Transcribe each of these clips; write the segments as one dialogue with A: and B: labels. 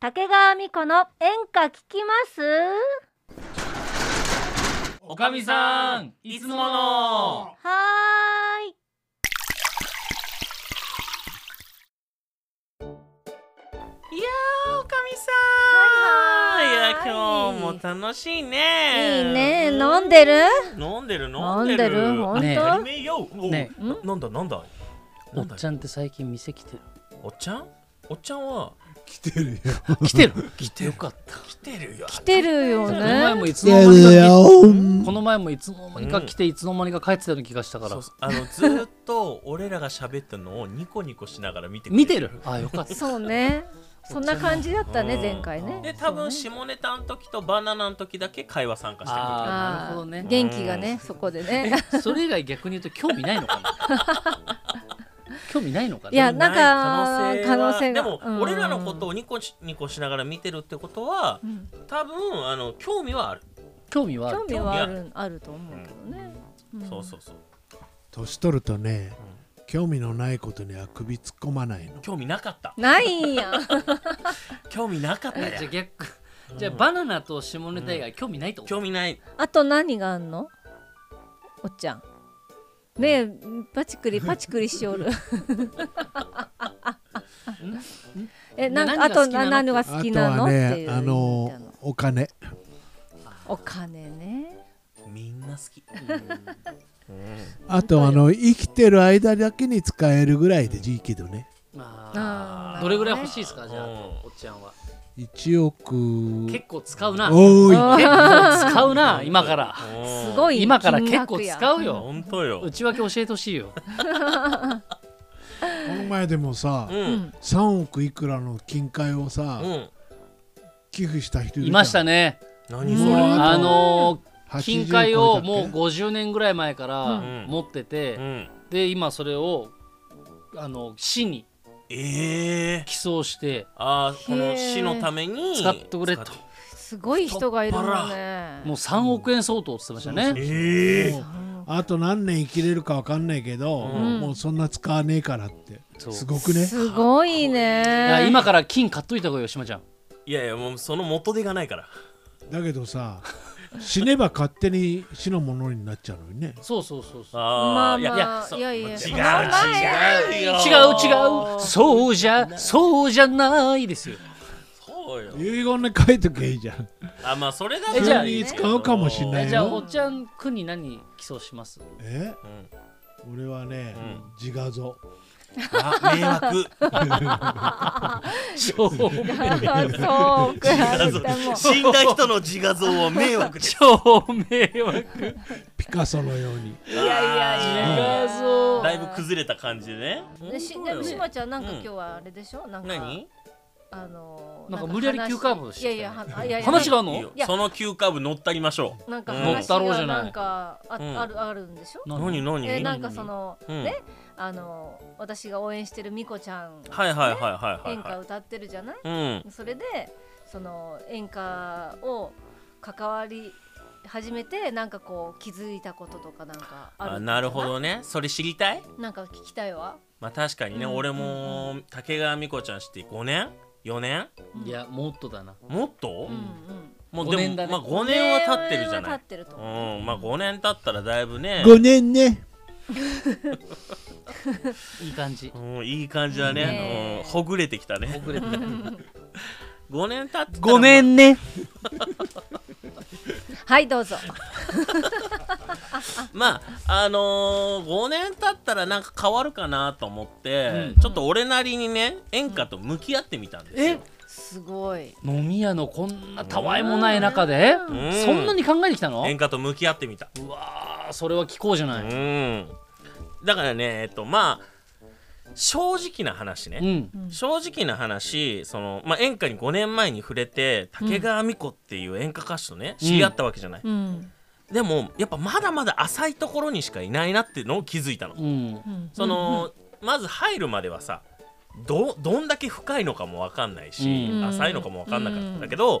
A: 竹川美子の演歌聞きます
B: おかみさんいつもの
A: はーい
C: いやーおかみさん
A: はいはい
C: や今日も楽しいね
A: いいね飲んでる
C: 飲んでる飲
A: 飲
C: ん
A: ん
C: で
A: で
C: る
A: るほん
B: ね
A: と
C: めよお
B: ね
A: ん
D: ななんだなんだ
B: お
D: な
B: っ
D: んだ
B: ちゃんって最近店来てる
D: おっちゃんおっちゃんは
E: 来てるよ。
B: 来てる来
D: てる
B: よかった
D: 来てるよ
A: 来てるよ
B: この前
A: ね
B: もいつの間にか
E: よ
B: この前もいつの間にか来ていつの間にか帰ってたような気がしたから
D: そうそうあのずーっと俺らが喋ったのをニコニコしながら見てくれ
B: 見てるあよかった
A: そうねそんな感じだったね
D: うん
A: 前回ね
C: で多分
A: そうね
C: 下ネタの時とバナナの時だけ会話参加してくる
B: あ
A: あー
B: なるほどね
A: 元気がねそこでね
B: それ以外逆に言うと興味ないの かな興味ないのかない
A: やなんか
C: ない
A: 可能性が
C: でも、
A: うん
C: 俺らのことをニコニコしながら見てるってことは
A: うん
C: 多分あの興味はある、
B: 興味はある
A: 興味はあるあると思うけどねん
C: そうそうそう
E: 年取るとね、興味のないことには首突っ込まないの。
C: 興味なかった
A: ないんやん
C: 興味なかった
B: え
C: や
B: じゃあ逆じゃあバナナと下ネタ以外興味ないってこと
C: 興味ない
A: あと何があんのおっちゃんねえパチクリパチクリしおるえなんか
B: な
A: あとな何
B: 何
A: が
B: が
A: 好
E: あ
A: き
E: と
A: なの
E: は
A: って
E: ね
A: い、う
E: あのお金。
A: お金ね
C: みんな好き
E: あとあの生きてる間だけに使えるぐらいでいいけどね。
B: あ
A: あー
B: ーどれぐらい欲しいですかじゃあ
C: うん
B: おっちゃんは
E: 1億。
B: 結構使うな結
E: おーい。
B: 構使うな今から
A: す
C: すい
A: ごい
B: 今から
A: 金
B: 結
A: 額
B: 構
A: や
B: 使うよ
C: 本当よ、
B: 内訳教えてほしいよ
E: この前でもさ
C: う、ん
A: う
C: うん
A: ん
E: 3億いくらの金塊をさ、寄付した人
B: いました
E: ね。
B: ね
C: 何
E: それ
B: あのー
E: 80
B: 金塊をもう
E: 超
B: 50年ぐらい前から
C: うん
B: 持ってて、
C: うん、
B: で今それをあの市に
C: ええ
B: 寄贈して
C: あーこ
A: へ
C: の
A: ー
C: 死のために
B: 使ってくれと
C: 使って
A: すごい人がいるもんね
B: もう3億円相当って言ってましたね、
C: ええ
E: えたもうあと何年生きれるかわかんないけど、
A: ん
E: もうそんな使わねえからって。
B: そう
E: すごくね。
A: すごい
B: だから
A: ね
B: 今から金買っといた方がいいよ島ちゃん
C: いやいやもうその元手がないから
E: だけどさ 死ねば勝手に死のものになっちゃうのにね
B: そうそうそうそ
A: ま
B: う
C: あ
A: あ
C: ー
A: まあ
C: い
A: いや
C: や
A: いや
C: そ
A: そ
C: う違
A: の
C: う
A: 前
C: 違う
B: 違う違うそうじゃそうじゃないですよ
C: そうよ
E: 遺言で書いとけばいいじゃん
C: あまあそれだ
B: えじゃあ
E: 普通に使うかもしんな
B: え
E: い
B: じゃあ
E: よ
B: おっちゃんくんに何寄贈します
E: え
C: うん
E: 俺はね、
C: うん
E: 自画像
C: あ迷惑
B: しょうも
A: そう
C: 画像
A: かも
C: 死んだ人の自画像は迷惑です
B: 超迷惑
E: ピカソのように
A: いやいやいや
B: 自画像
C: だいぶ崩れた感じでね
A: でしでもしまちゃんなんか
C: うん
A: 今日はあれでしょ、なんか
C: 何
A: あのー
B: なんか無理やり
A: 話
B: 急カーブしてきたね
A: いやいやはあいやいや
B: 話があん
C: いい
B: の
C: よ
A: いや
C: その急カーブ乗ったりましょ
A: なんか
C: うん
A: 話が
B: 乗ったろうじゃない
A: なんかあ,、
C: うん
A: あるあるんでしょ
C: う何何
A: えーな
C: は
A: んかその、
C: うん
A: ねあのー私が応援してるみこちゃん
C: いはいはいはいはい
A: 演歌
C: は
A: 歌ってるじゃない、
C: いうん
A: それでその演歌を関わり始めてなんかこう気づいたこととかなんかある
C: あなるほどねそれ知りたい
A: なんか聞きたいわ
C: まあ確かにね
A: うん
C: 俺も竹川美子ちゃん知って5年4年
B: いやもっとだな
C: もっと、
A: うんうん
C: もうで
B: 五年
C: も、
B: だね
C: まあ5年は経ってるじ
A: 五
C: ゃ
A: 年
C: な
A: は経っ
C: い
A: てると
C: う
A: 思うん
C: まあ5年経ったらだいぶね
E: 5年ね
B: いい感じ
C: うん、いい感じだね
A: ねえ
C: うん、ほぐれてきたね
B: 遅れてた
C: 5年経って
B: ごめ
C: ん
B: んね
A: はいどうぞ
C: まああのー、5年経ったらなんか変わるかなと思って、
B: うん
C: ちょっと俺なりにね演歌と向き合ってみたんです
B: え
C: よ、
A: すごい
B: 飲み屋のこんなたわいもない中で
C: うん
B: そんなに考えてきたの
C: 演歌と向き合ってみた
B: うわーそれは聞こうじゃ
C: う
B: ない
C: んだからねえっとまあ正直な話ね、
B: うん
C: 正直な話その、まあ、演歌に5年前に触れて竹川美子っていう演歌歌手とね、知り合ったわけじゃない、
A: うん
C: でもやっぱまだまだ浅いところにしかいないなっていうのを気づいたの、
B: うん
A: うん
C: その、まず入るまではさどどんだけ深いのかも分かんないし、
B: うん
C: 浅いのかも分かんなかったん
A: うん
C: だけど、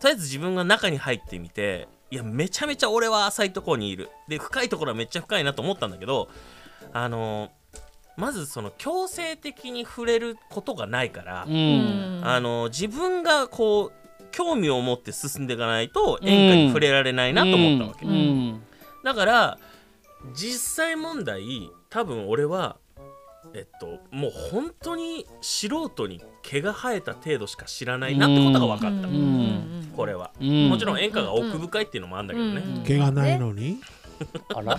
C: とりあえず自分が中に入ってみていやめちゃめちゃ俺は浅いところにいるで深いところはめっちゃ深いなと思ったんだけどあのーまずその強制的に触れることがないから
B: う、
A: うん
B: ん
C: あの自分がこう興味を持って進んでいかないと演歌に触れられないなと思ったわけ、
B: うんうん
C: だから実際問題多分俺はえっともう本当に素人に毛が生えた程度しか知らないなってことが分かった、
B: ん
C: これは、
B: うん
C: もちろん演歌が奥深いっていうのもあるんだけどね、
A: うん
E: 毛がないのに
B: あら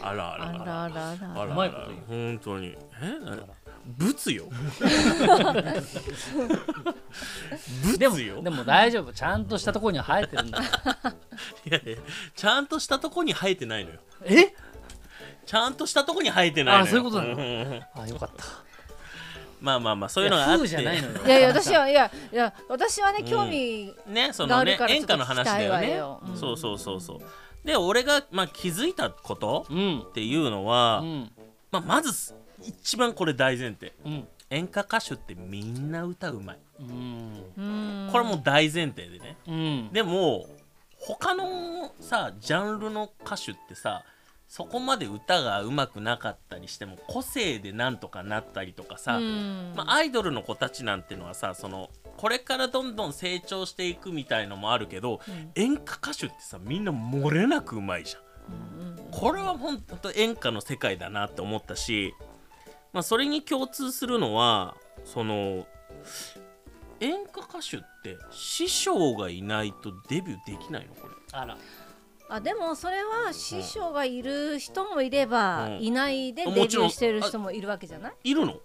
C: あらあら
A: あ
C: あら
A: らあらあら
C: あ
B: うまいこと言う
C: 本当にえな物よ
B: でも
C: 物よ
B: でも大丈夫ちゃんとしたところには生えてるんだ
C: いやいやちゃんとしたとこに 生えてないのよ
B: え
C: ちゃんとしたとこに生えてないのよ
B: あそういうことなの
C: の
B: あよかった
C: まあまあまあそう
B: い
C: いうのがあ
B: や
C: って
B: 風じゃないのよ
A: いやいや私はいやいや私はね興味
C: ねそ
A: が
C: の
A: ある
C: ね
A: から
C: 演歌の話だよね
A: ちょっと聞きたいわようん
C: そうそうそうそうで俺が、まあ、気づいたこと
B: うん
C: っていうのは、
B: うん
C: まあ、まず一番これ大前提
B: うん
C: 演歌歌手ってみんな歌うまい
B: うん
A: うん
C: これもう大前提でね、
B: うん
C: でも他のさジャンルの歌手ってさそこまで歌がうまくなかったりしても個性でなんとかなったりとかさ、
A: うん
C: まあ、アイドルの子たちなんてのはさそのこれからどんどん成長していくみたいのもあるけど、
A: ん
C: 演歌歌手ってさみんな漏れなくうまいじゃん。これは本当演歌の世界だなって思ったし、まあ、それに共通するのはその演歌歌手って師匠がいないとデビューできないのこれ
B: あら
A: あでもそれは師匠がいる人もいれば、
C: うん
A: いないでデビ
C: も
A: ュ
C: ちろん
A: ーしてる人もいるわけじゃない
C: いるの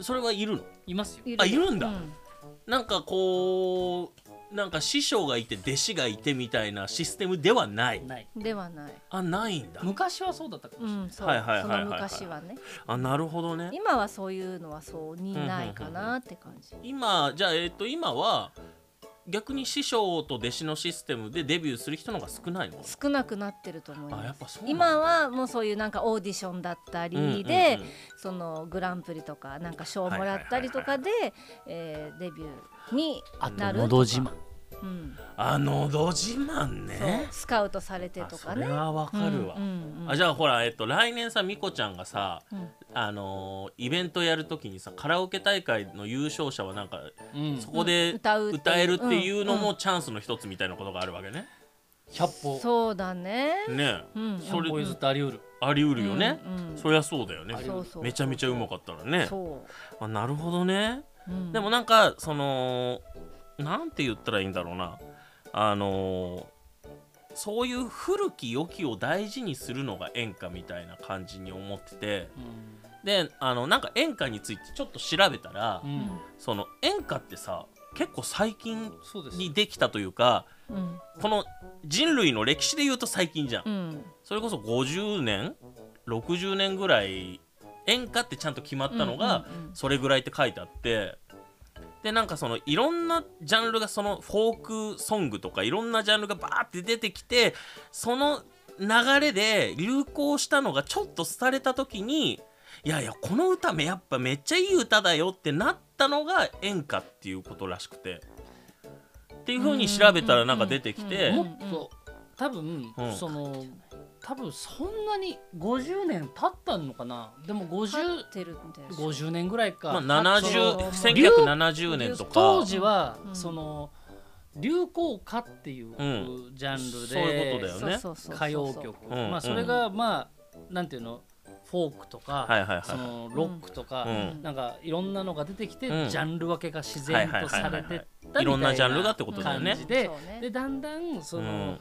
C: それはいるの
B: いますよ
A: い
C: あいるんだ
A: う
C: なんかこうなんか師匠がいて弟子がいてみたいなシステムではない
B: ない
A: ではない、
C: あないんだ
B: 昔はそうだったか
A: う
B: もしれない
A: んそう
C: はいはい
A: そ
C: はいはい
A: の
C: はい
A: 昔はね
C: あなるほどね
A: 今はそういうのはそうにないかなって感じ、
C: 今じゃあえっ、と今は逆に師匠と弟子のシステムでデビューする人の方が少ないのか
A: 少なくなってると思い
C: なあや
A: ま
C: っ
A: す
C: ぱそう
A: 今
C: は
A: はもうそういうなんかオーディションだったりで、そのグランプリとかなんか賞もらったりとかで、えーデビューに
B: あ
A: な
B: と
A: る
B: のど自慢
A: とか、うん
C: あのど自慢
A: そう
C: ね
A: スカウトされて
C: あ
A: と
C: そ
A: か
C: れ
A: ね
C: はわかるわ、
A: うんうんうん
C: あじゃあほらえっと来年さみこちゃんがさ、
A: うん
C: あのーイベントやるときにさカラオケ大会の優勝者はなんか
B: うん
C: そこで
A: うん歌うっていう
C: 歌えるっていうの
A: うん
C: もチャンスの一つみたいなことがあるわけね、
B: 百歩
A: そうだね
C: ねえ
A: うん
C: そ
B: 百
C: れ
B: 歩譲ってあり得る
C: ありうるよね、
A: うんうん
C: そりゃそうだよね
A: そうそう
C: めちゃめちゃうまかったらね
A: そ
C: あなるほどね
A: う、うん
C: でもなんかそのなんて言ったらいいんだろうなあのーそういう古き良きを大事にするのが演歌みたいな感じに思ってて
B: うん
C: であのなんか演歌についてちょっと調べたら、
B: うん
C: その演歌ってさ結構最近
B: そうです
C: にできたというか
A: うん
C: この人類の歴史で言うと最近じゃん、
A: うん
C: それこそ50年60年ぐらい演歌ってちゃんと決まったのが、
A: うんうんうん
C: それぐらいって書いてあってでなんかそのいろんなジャンルがそのフォークソングとかいろんなジャンルがバーって出てきてその流れで流行したのがちょっと廃れた時にいやいやこの歌めやっぱめっちゃいい歌だよってなったのが演歌っていうことらしくてっていう風に調べたらなんか出てきて
A: うん
B: もっと多分、
C: うん
B: その多分そんなに50年経ったのかなでも5050
A: 立ってるんだよ
B: 年ぐらい
C: ま
B: か、
C: あ
B: その
C: 70
A: そう
C: 1970年とか
B: 当時は、
A: うん
B: その流行歌っていう、
C: う
B: ジャンルで
C: そういうことだよね
A: そうそうそう
B: 歌謡曲、
C: うん
B: まあ、それがまあなんていうのフォークとか、
C: はいはいはい
B: そのロックとか、
C: うん
B: なんかいろんなのが出てきて、
C: うん
B: ジャンル分けが自然とされてった
C: いろんなジャンルがってことだよね
B: 感じで
A: そうね
B: でだんだんその、
C: うん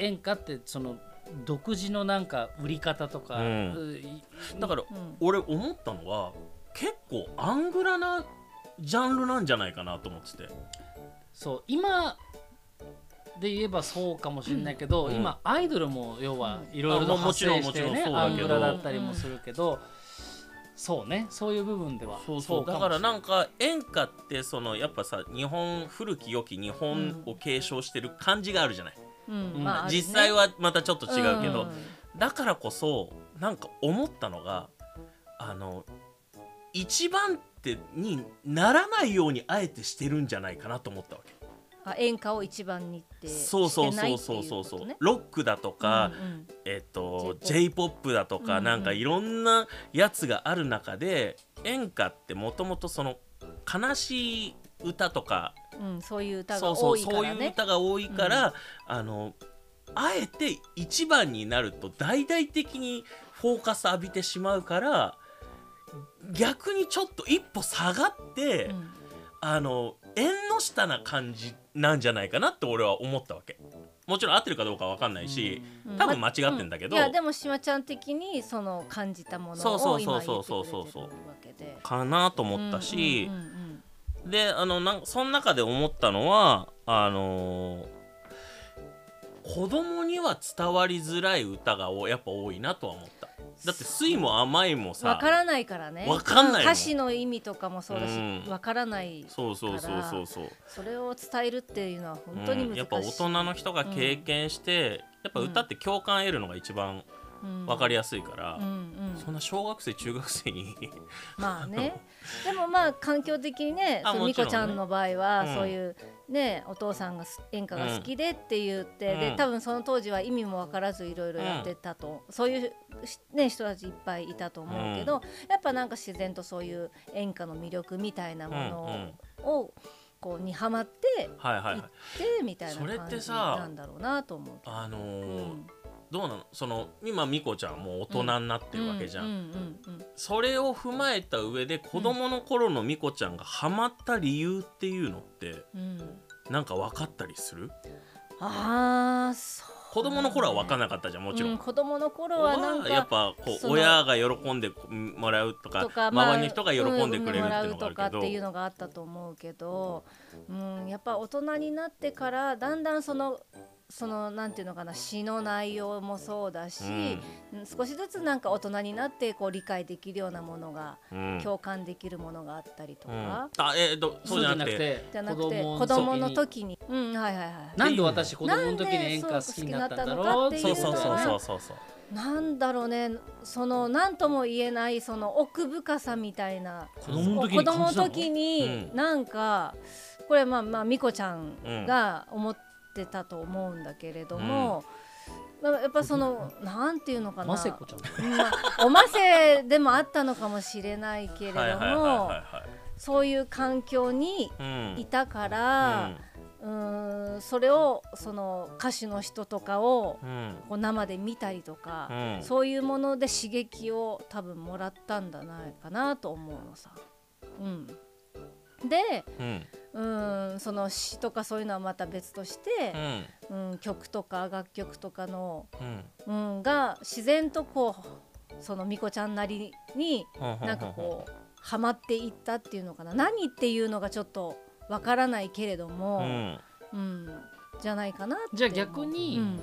B: 演歌ってその独自のなんか売り方とか、
C: う
B: い
C: だから
A: うん
C: 俺思ったのは結構アングラなジャンルなんじゃないかなと思ってて
B: そう今で言えばそうかもしれないけど、
C: うん
B: 今アイドルも要はいろい
C: あも
B: ろと
C: うも
B: 発
C: ちろん
B: 生して
C: もち
B: ね
C: ろんそう
B: ア
C: だ
B: ン
C: け
B: グ
C: ど
B: ラだったりもするけど、そうねそういう部分では
C: そうそう
B: か
C: だ
B: も
C: から
B: し
C: なんか演歌ってそのやっぱさ日本古き良き日本を継承してる感じがあるじゃない、
A: うん
B: うん
A: まああるね
C: 実際はまたちょっと違うけど、
A: ん
C: だからこそなんか思ったのがあの一番手にならないようにあえてしてるんじゃないかなと思ったわけ
A: あ演歌を一番にって
C: そうそう
A: してな
C: そ
A: いうっていう
C: そそう
A: うこ
C: そう、
A: とね
C: ロックだとか、
A: うんうん
C: えっと
A: J-pop
C: J−POP だとか、
A: うん
C: なんかいろんなやつがある中で演歌ってもともとその悲しい歌とか
A: うん、そういう歌
C: そ
A: が
C: うそ
A: 多
C: う
A: いか
C: そう
A: ら
C: いう
A: ね。
C: 歌が多いから、あのあえて一番になると大々的にフォーカス浴びてしまうから逆にちょっと一歩下がって、
A: うん
C: あの縁の下な感じなんじゃないかなって俺は思ったわけもちろん合ってるかどうかわかんないし、
A: うん
C: 多分間違ってんだけど
A: ういやでもしまちゃん的にその感じたもの
C: そうそ
A: を
C: うそう
A: 今
C: そ
A: 言
C: う
A: って
C: そう
A: くれて
C: そう
A: るわけで
C: かなと思ったし、
A: うんうん
C: であのなんその中で思ったのはあのー子供には伝わりづらい歌がおやっぱ多いなとは思っただって「酸いも甘い」も
A: うんわ
C: さ
A: からないからね。
C: わかんないもん
A: 歌詞の意味とかもそうだし
C: うん、
A: わからない。
C: そうそうそうそうそう
A: それを伝えるっていうのは本当に
C: うん
A: 難しい。
C: やっぱ大人の人が経験して、やっぱ歌って共感得るのが一番わかりやすいから、
A: うんうん
C: そんな小学生中学生に
A: まあ ねでもまあ環境的にね
C: あ
A: その
C: も
A: み
C: ちろ
A: こ
C: んね
A: ちゃんの場合は、
C: うん
A: そういうねお父さんがす演歌が好きでって言って、
C: うん
A: で多分その当時は意味も分からずいろいろやってたと、そういうし、ね、人たちいっぱいいたと思うけど、やっぱなんか自然とそういう演歌の魅力みたいなものを、こうにはまって
C: はいはいはい
A: でみたい
C: そ
A: な
C: れっ
A: 感
C: て
A: じ
C: さ
A: なんだろうなと思うけど。
C: あの
A: う
C: ー
A: ん
C: どうなのその今ミコちゃんはもう大人になってるわけじゃん、
A: うんうんうんうん
C: それを踏まえた上で子供の頃のミコちゃんがハマった理由っていうのって
A: うん
C: なんか分かったりする
A: ああそう
C: 子供の頃は分かんなかったじゃんもちろん、
A: う
C: こ
A: 子供の頃
C: こ
A: はなんか
C: やっぱこう
A: その
C: 親が喜んでもらうとか
A: とか、まあ、
C: 周りの人が喜んでくれるっていうのがあ
A: うん産んでもらうとか
C: る
A: っ
C: けど、
A: ていうのがあったと思うけど、うん、やっぱ大人になってからだんだんそのそのなんていうのかな詩の内容もそうだし、うん少しずつなんか大人になってこう理解できるようなものが、
C: うんうん
A: 共感できるものがあったりとか、
C: あえー、とそうじゃなくて
B: て
A: じゃなくて子
B: の時に
A: 供の時に、うん、はいはいはい。
B: なんで私子供の時に演歌好きになったんだろうってい
C: そううそうそうそううそうそう
A: なんだろうねその何とも言えないその奥深さみたいな
B: 子供の
A: 子
B: 時に感
A: 供の
B: じたの
A: 時に
C: うん
A: なんか、これまあまあみこちゃんが思ってたと思うんだけれども、まあやっぱそのなんていうのかな
B: ませこちゃん
A: まあおませでもあったのかもしれないけれ
C: はい
A: ど
C: はいはいは
A: も
C: いはい
A: そういう環境に
C: うん
A: いたか
C: う
A: ら
C: ん、
A: うーんそれをその歌手の人とかを
C: うん
A: こう生で見たりとか、
C: うん
A: そういうもので刺激を多分もらったんじゃないかなと思うのさ。うん、で
C: うん
A: うーんその詩とかそういうのはまた別とし
C: う
A: て、
C: ん
A: うん曲とか楽曲とかの、
C: うん
A: うん、が自然とこうそのみこちゃんなりになんかこうハマっていったっていうのかな何っていうのがちょっとわからないけれど
C: う
A: も、
C: ん
A: うんじゃないかなって思う
B: じゃあ逆
A: うん
B: に、
A: うんうん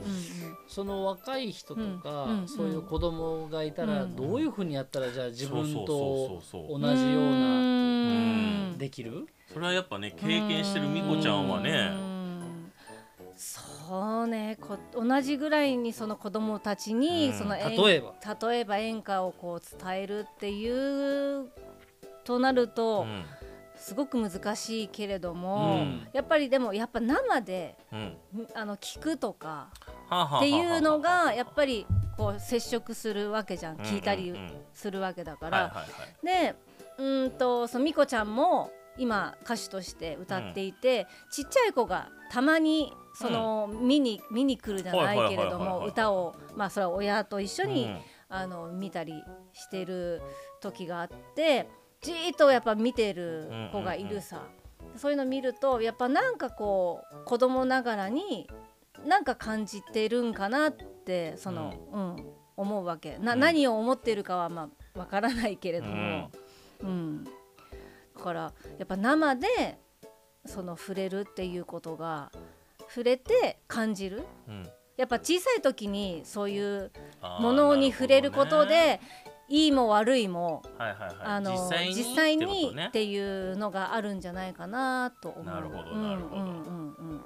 B: その若い人とか、
A: うんうん
B: そういう子供がいたら、
A: うん
B: どういうふうにやったらじゃあ自分
C: そう
B: と
C: そうそうそう
B: 同じような
A: うん
B: できる
C: それはやっぱね経験してるみこちゃんはね
A: うんそうねこ同じぐらいにその子供たちに、
C: うん
A: その演
B: 例えば
A: 例えば演歌をこう伝えるっていうとなる
C: う
A: と、
C: ん
A: すごく難しいけれど
C: う
A: も、
C: ん
A: やっぱりでもやっぱ生で
C: うん
A: んあの聞くとか
C: はあはあはあはあ
A: っていうのがやっぱりこう接触するわけじゃん
C: うん
A: 聞いた
C: うんう
A: り
C: ん
A: するわけだか
C: はい
A: ら。
C: はいはい
A: でうーんとそのみこちゃんも今歌手として歌っていて、ちっちゃい子がたまにその、見に見に来るじゃないけれど
C: はいはいはいはい
A: も
C: はい
A: 歌をまあそれは親と一緒に、
C: うん
A: あの見たりしてる時があってじーっとやっぱ見てる子がいるさ、そういうの見るとやっぱなんかこう子供ながらになんか感じてるんかなってその、うん思うわけな、
C: うん
A: 何を思ってるかはまあわからないけれども、うんだからやっぱ生でその触れるっていうことが触れて感じる
C: うん
A: やっぱ小さい時にそういう
C: あー
A: ものに触れること
C: な
A: で、いいも悪いも、
C: ほどねはいはいはい
A: あの実際
C: 実際に
A: に
C: っ
A: って
C: こ
A: ていうのがあるんじゃないかなと思う。
C: なるほど
A: うん
C: なるほど
A: うんうんうん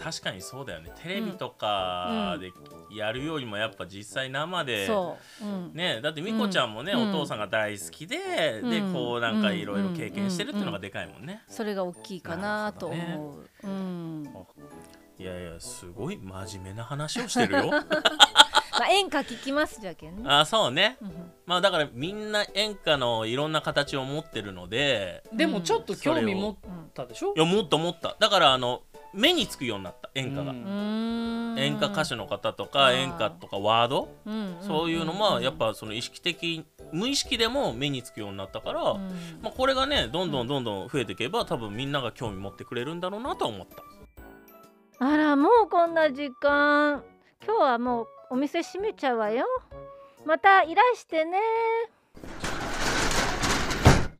C: 確かにそうだよねテレビとかでやるよりもやっぱ実際生で、
A: そう、うん
C: ねだってみこちゃんもね、
A: うん
C: お父さんが大好きで、で
A: うん
C: こうなんかいろいろ経験してるっていうのがでかいもんね、
A: それが大きいかなと
C: なる
A: 思う、うんま
C: いやいやすごい真面目な話をしてる よ
A: あ演歌聞きますじゃけんね
C: あそうね
A: うん
C: まあだからみんな演歌のいろんな形を持ってるので
B: でもちょっと興味持っ
A: うん
B: たでしょ
C: いやもっともっとだからあの目につくようになった演歌が、
B: う
A: う
B: ん
A: ん
C: 演歌歌手の方と
A: あ
C: か
A: ー
C: 演歌とかワード
A: うん
C: そういうのもやっぱその意識的無意識でも目につくようになったから、
A: うん
C: まあ、これがねどんどんどんどん増えていけば多分みんなが興味持ってくれるんだろうなとは思った
A: あらもうこんな時間今日はもうお店閉めちゃうわよまたいらしてね